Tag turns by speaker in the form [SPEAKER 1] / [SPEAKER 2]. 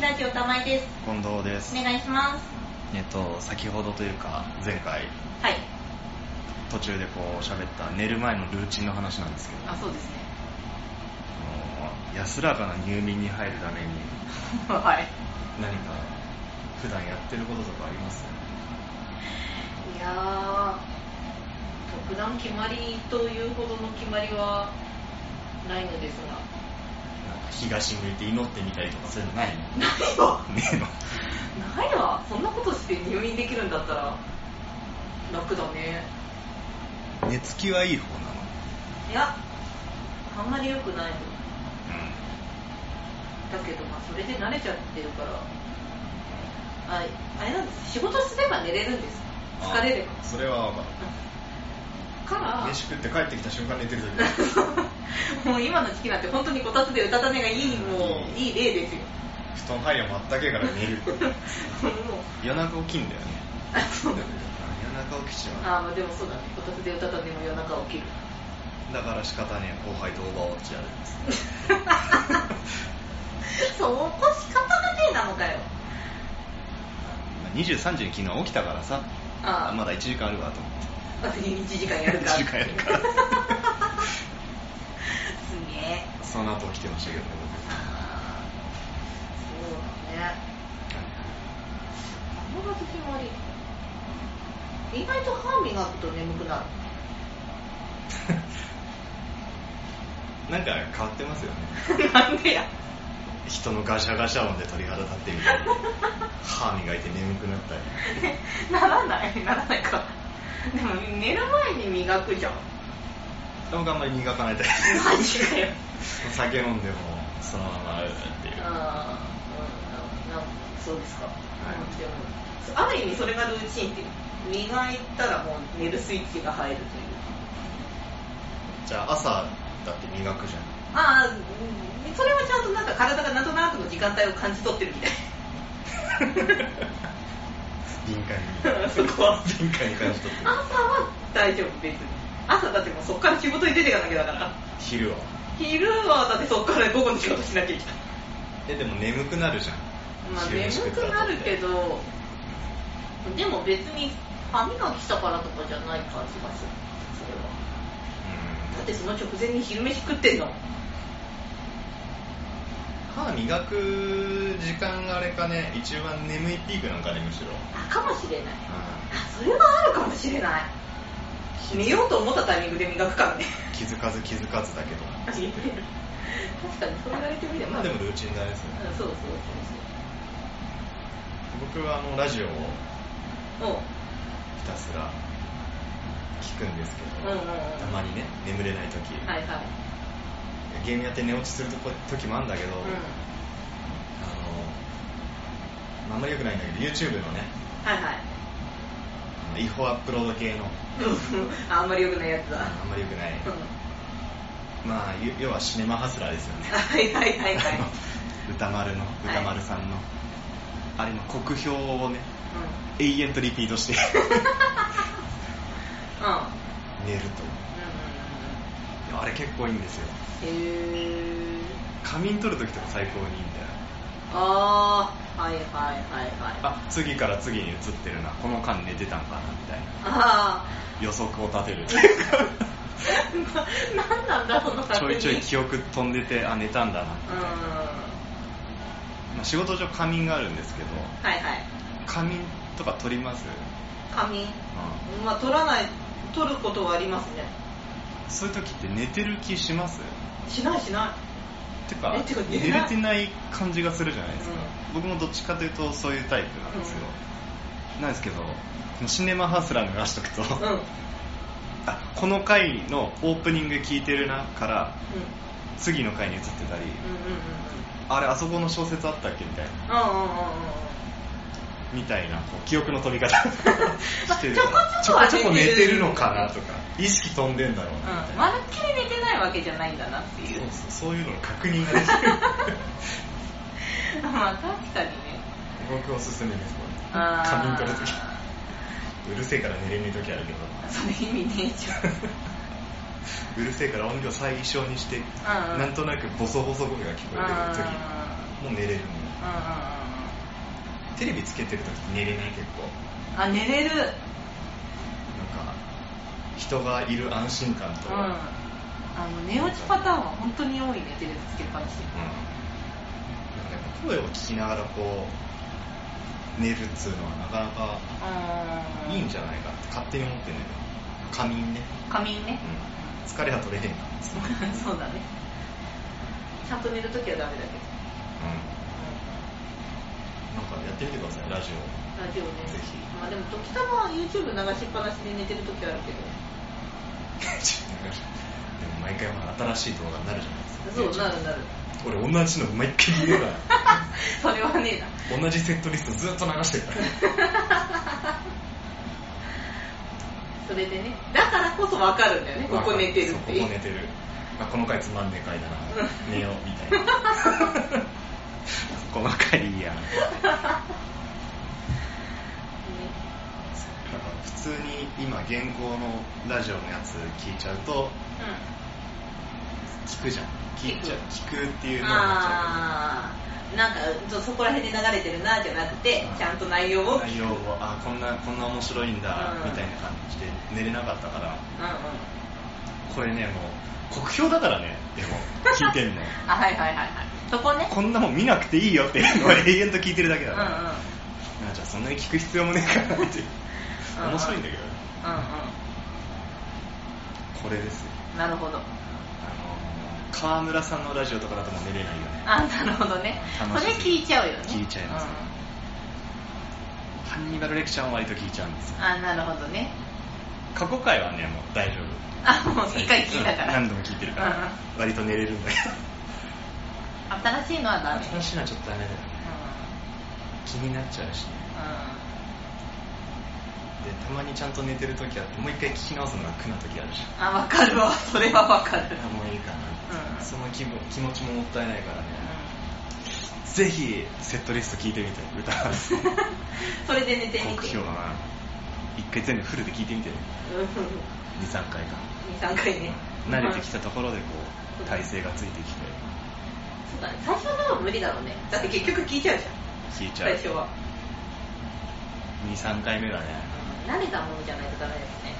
[SPEAKER 1] ラジオ玉井です。
[SPEAKER 2] 近藤です
[SPEAKER 1] お願いします。
[SPEAKER 2] えっと先ほどというか前回
[SPEAKER 1] はい。
[SPEAKER 2] 途中でこう喋った寝る前のルーチンの話なんですけど
[SPEAKER 1] あ、そうですね。
[SPEAKER 2] あの安らかな入眠に入るために
[SPEAKER 1] はい。
[SPEAKER 2] 何か普段やってることとかあります
[SPEAKER 1] いやー、特段決まりというほどの決まりはないのですが。
[SPEAKER 2] なんか東向いて祈ってみたりとかそういうの ないのね
[SPEAKER 1] ないわ
[SPEAKER 2] えの
[SPEAKER 1] ないわそんなことして入院できるんだったら、楽だね。
[SPEAKER 2] 寝つきはいい方なの
[SPEAKER 1] いや、あんまり良くないと思う。
[SPEAKER 2] う
[SPEAKER 1] だけど、まあ、それで慣れちゃってるから、ああれなんです、仕事すれば寝れるんです。
[SPEAKER 2] ん
[SPEAKER 1] 疲れれば。
[SPEAKER 2] あそれは分か
[SPEAKER 1] から
[SPEAKER 2] る、飯食って帰ってきた瞬間 寝てる時
[SPEAKER 1] もう今の時期なんて本当にこたつでうたた寝がいい、もういい例ですよ。
[SPEAKER 2] 布団入りゃまったけえから寝る
[SPEAKER 1] もう
[SPEAKER 2] 夜中起きんだよね
[SPEAKER 1] あそうだ
[SPEAKER 2] 夜中起きちゃう
[SPEAKER 1] あーでもそうだね、こたつでうたた寝も夜中起きる。
[SPEAKER 2] だから仕方ねえ後輩とオーバーウォッチやるんです
[SPEAKER 1] そこ仕方がねえなのかよ。
[SPEAKER 2] 23時に昨日起きたからさ
[SPEAKER 1] あー
[SPEAKER 2] まだ1時間あるわと思って
[SPEAKER 1] 私に1時間やるから。
[SPEAKER 2] 1時間やるから
[SPEAKER 1] すげえ。
[SPEAKER 2] その後起きてましたけどね
[SPEAKER 1] あーそうだね。歯磨き決まり意外と歯磨くと眠くなる
[SPEAKER 2] 僕なんか変わってますよね
[SPEAKER 1] なんでや
[SPEAKER 2] 人のガシャガシャ音で鳥肌立ってみたり歯磨いて眠くなったり
[SPEAKER 1] ならないならないかでも寝る前に磨くじゃん
[SPEAKER 2] 僕あんまり磨かないタイ
[SPEAKER 1] マジかよ
[SPEAKER 2] プ酒飲んでもそのままあるっていう
[SPEAKER 1] あーうんななんそうですか、
[SPEAKER 2] い
[SPEAKER 1] でもある意味それがルーチンっていう磨いたらもう寝るスイッチが入るという
[SPEAKER 2] じゃあ朝だって磨くじ ゃん
[SPEAKER 1] ああそれはちゃんとなんか体がなんとなくの時間帯を感じ取ってるみたい
[SPEAKER 2] 敏感
[SPEAKER 1] そ
[SPEAKER 2] に
[SPEAKER 1] こは
[SPEAKER 2] 敏感に感じ取ってる
[SPEAKER 1] 朝は大丈夫別に朝だってもうそっから仕事に出ていかなきゃだから
[SPEAKER 2] 昼は
[SPEAKER 1] 昼はだってそっから午後の仕事しなきゃいけない
[SPEAKER 2] えでも眠くなるじゃん
[SPEAKER 1] まあ
[SPEAKER 2] 昼
[SPEAKER 1] 眠
[SPEAKER 2] 飯食っ
[SPEAKER 1] く
[SPEAKER 2] た後
[SPEAKER 1] なる
[SPEAKER 2] って
[SPEAKER 1] けどでも別に歯磨きしたからとかじゃない感じがするそれはだってその直前に昼飯食ってんの
[SPEAKER 2] 歯磨く時間があれかね一番眠いピークなんかねむしろ
[SPEAKER 1] あかもしれないあそれはあるかもしれない寝ようと思ったタイミングで磨くからね
[SPEAKER 2] 気づかず気づかずだけど
[SPEAKER 1] 確かにそう言われてみれ
[SPEAKER 2] ま
[SPEAKER 1] ば
[SPEAKER 2] あでもルーチンだですよね
[SPEAKER 1] うんそうそうそう
[SPEAKER 2] 僕はあのラジオを
[SPEAKER 1] そうおう
[SPEAKER 2] ひたすら聞くんですけど、
[SPEAKER 1] うんうんうん
[SPEAKER 2] たまにね眠れない時、
[SPEAKER 1] はいはい
[SPEAKER 2] ゲームやって寝落ちするとこ時もあるんだけど、
[SPEAKER 1] うん
[SPEAKER 2] あのあんまり良くないんだけど YouTube のね
[SPEAKER 1] はいはい
[SPEAKER 2] あの違法アップロード系
[SPEAKER 1] う
[SPEAKER 2] の
[SPEAKER 1] んあんまり良くないやつだ
[SPEAKER 2] あんまり良くない、
[SPEAKER 1] うん
[SPEAKER 2] まあゆ要はシネマハスラーですよね
[SPEAKER 1] はいはいはいはい
[SPEAKER 2] あの 歌丸の
[SPEAKER 1] い
[SPEAKER 2] 歌丸さんの、あれの酷評をね永遠とリピー トして
[SPEAKER 1] うんうん
[SPEAKER 2] 寝るといやあれ結構いいんですよ
[SPEAKER 1] うんへえ
[SPEAKER 2] 仮眠取るときとか最高にいいんだよ
[SPEAKER 1] ああはいはいはいはいあ
[SPEAKER 2] あ次から次に映ってるなこの間寝てたんかなみたいな
[SPEAKER 1] あ
[SPEAKER 2] 予測を立てるっていうか
[SPEAKER 1] ーななんなんだその作
[SPEAKER 2] ちょ
[SPEAKER 1] 品
[SPEAKER 2] いちょい記憶飛んでてあ寝たんだな、
[SPEAKER 1] うんは
[SPEAKER 2] まあ、仕事上仮眠があるんですけど
[SPEAKER 1] いはい
[SPEAKER 2] 仮眠とか取ります、
[SPEAKER 1] 紙
[SPEAKER 2] う
[SPEAKER 1] まあ取らない取ることはありますね
[SPEAKER 2] ん、そういう時って寝てる気します
[SPEAKER 1] しないしない
[SPEAKER 2] てか
[SPEAKER 1] えてか
[SPEAKER 2] 寝
[SPEAKER 1] 寝
[SPEAKER 2] れ
[SPEAKER 1] れない
[SPEAKER 2] てない感じがするじゃないですか、僕もどっちかというとそういうタイプなんですよ、なんですけどこのシネマハスラー流しとくと、
[SPEAKER 1] うんうん
[SPEAKER 2] あこの回のオープニング聞いてるなから次の回に移ってた
[SPEAKER 1] うんうんう
[SPEAKER 2] り、
[SPEAKER 1] ん
[SPEAKER 2] あれあそこの小説あったっけみたいな
[SPEAKER 1] うんうんうんうんうん
[SPEAKER 2] みたいなこう記憶の飛び方してる
[SPEAKER 1] まあ
[SPEAKER 2] ち
[SPEAKER 1] ち
[SPEAKER 2] ょ
[SPEAKER 1] ょ
[SPEAKER 2] こ
[SPEAKER 1] こ
[SPEAKER 2] ち
[SPEAKER 1] ち
[SPEAKER 2] ょ
[SPEAKER 1] ょ
[SPEAKER 2] こ
[SPEAKER 1] こは
[SPEAKER 2] 寝
[SPEAKER 1] 寝てる
[SPEAKER 2] てるのかなとか意識飛んでんだろうな
[SPEAKER 1] う
[SPEAKER 2] みたい
[SPEAKER 1] ん
[SPEAKER 2] な、
[SPEAKER 1] まるっきり寝てないわけじゃないんだなっていう
[SPEAKER 2] そうそうそういうのの確認 ができる
[SPEAKER 1] まあ確かにね
[SPEAKER 2] 僕おすすめですこれ
[SPEAKER 1] あー
[SPEAKER 2] 仮眠取るときうるせえから寝れねえ時あるけど
[SPEAKER 1] それ意味ね えじゃん
[SPEAKER 2] うるせえから音量最小にして、
[SPEAKER 1] うんうん
[SPEAKER 2] なんとなくボソボソ声が聞こえてる時もう寝れる
[SPEAKER 1] う
[SPEAKER 2] ね
[SPEAKER 1] うんうんうん
[SPEAKER 3] テレビつけてる時寝れない結構
[SPEAKER 1] うんあ寝れる
[SPEAKER 3] なんか人がいる安心感と、
[SPEAKER 1] うんあの寝落ちパターンは本当に多いねテレビつけっぱなし
[SPEAKER 3] うんなんか声を聞きながらこう寝るっつうのはなかなか
[SPEAKER 1] うん
[SPEAKER 3] いいんじゃないかって勝手に思ってね仮眠ね、
[SPEAKER 1] 仮眠
[SPEAKER 3] うん
[SPEAKER 1] ね、
[SPEAKER 3] 疲れは取れへんかも
[SPEAKER 1] そうだねちゃんと寝るときはダメだけど
[SPEAKER 3] うんなんかやってみてくださいラジオ
[SPEAKER 1] ラジオね
[SPEAKER 3] ぜひ
[SPEAKER 1] まあでも時たま YouTube 流しっぱなしで寝てるときあるけど
[SPEAKER 3] でも毎回ほら新しい動画になるじゃないですか
[SPEAKER 1] そうなるなる
[SPEAKER 3] 俺同じの毎回見るから
[SPEAKER 1] それはねえな
[SPEAKER 3] 同じセットリストずっと流してるから
[SPEAKER 1] それでねだからこそ分かるんだよねここ寝てる
[SPEAKER 3] そう
[SPEAKER 1] っ
[SPEAKER 3] こ
[SPEAKER 1] て
[SPEAKER 3] こ
[SPEAKER 1] いう
[SPEAKER 3] 寝てるあこの回つまんねえ回だな
[SPEAKER 1] うん
[SPEAKER 3] 寝ようみたいな
[SPEAKER 2] 細かいやん。
[SPEAKER 1] ね
[SPEAKER 2] なんか普通に今現行のラジオのやつ聞いちゃうと聞くじゃん聞いちゃう聞くっていう
[SPEAKER 1] うん
[SPEAKER 2] のになっちゃ
[SPEAKER 1] ああなんかそそこら辺で流れてるなじゃなくてちゃんと内容
[SPEAKER 2] うけ
[SPEAKER 1] を
[SPEAKER 2] ど
[SPEAKER 1] 聞く
[SPEAKER 2] 内容をあこんなこんな面白いんだ
[SPEAKER 1] うん
[SPEAKER 2] みたいな感じで寝れなかったから
[SPEAKER 1] うんうん
[SPEAKER 2] これねもう酷評だからねでも聞いて んの
[SPEAKER 1] あはいはいはいはいそこね
[SPEAKER 2] こんなもん見なくていいよっていうのを永遠と聞いてるだけ
[SPEAKER 1] うん
[SPEAKER 2] だ
[SPEAKER 1] うん
[SPEAKER 2] か
[SPEAKER 1] うん
[SPEAKER 2] ら、
[SPEAKER 1] うん
[SPEAKER 2] なんかじゃあそんなに聞く必要もねえかなっていう
[SPEAKER 1] うん
[SPEAKER 2] 面白いんだけどこれですよ
[SPEAKER 1] うんなるほど
[SPEAKER 2] あの川村さんのラジオとかだともう寝れないよね
[SPEAKER 1] あなるほどね
[SPEAKER 2] 楽
[SPEAKER 1] そ
[SPEAKER 2] し
[SPEAKER 1] れ
[SPEAKER 2] い
[SPEAKER 1] 聞いちゃうよね
[SPEAKER 2] 聞いちゃいますねハンニバルレクチャーも割と聞いちゃうんですよ
[SPEAKER 1] うんあなるほどね
[SPEAKER 2] 過去回はねもう大丈
[SPEAKER 1] あ もう
[SPEAKER 2] 夫
[SPEAKER 1] 一回聞いたから、
[SPEAKER 2] 何度も聞いてるから、
[SPEAKER 1] う
[SPEAKER 2] 割と寝れるんだけ
[SPEAKER 1] 新しいのはダメ、
[SPEAKER 3] 新しいのはちょっとダメだよね気になっちゃうしね
[SPEAKER 1] う
[SPEAKER 3] でたまにちゃんと寝てる時あってもう一回聞き直すのが苦な時あるじ
[SPEAKER 1] ん、あわかるわそれはわか
[SPEAKER 3] ゃん
[SPEAKER 1] る
[SPEAKER 3] あもういいかな、
[SPEAKER 1] うん
[SPEAKER 3] その気分気持ちももったいないからね、
[SPEAKER 1] う
[SPEAKER 2] ぜひセットリスト聞いてみて歌
[SPEAKER 1] んそれで寝てみ
[SPEAKER 2] 酷
[SPEAKER 1] て
[SPEAKER 2] 評だな一回全部フルで聞いてみて23回か
[SPEAKER 1] 23回ね
[SPEAKER 2] 慣れてき
[SPEAKER 1] た
[SPEAKER 2] たところでこう体勢がついてきて
[SPEAKER 1] そうだね最初のは無理だろうねだって結局聞いちゃうじゃん
[SPEAKER 2] 聞いちゃ
[SPEAKER 1] 最
[SPEAKER 2] う
[SPEAKER 1] 初は
[SPEAKER 2] 23回目だね
[SPEAKER 1] 慣れたものじゃないとダメですね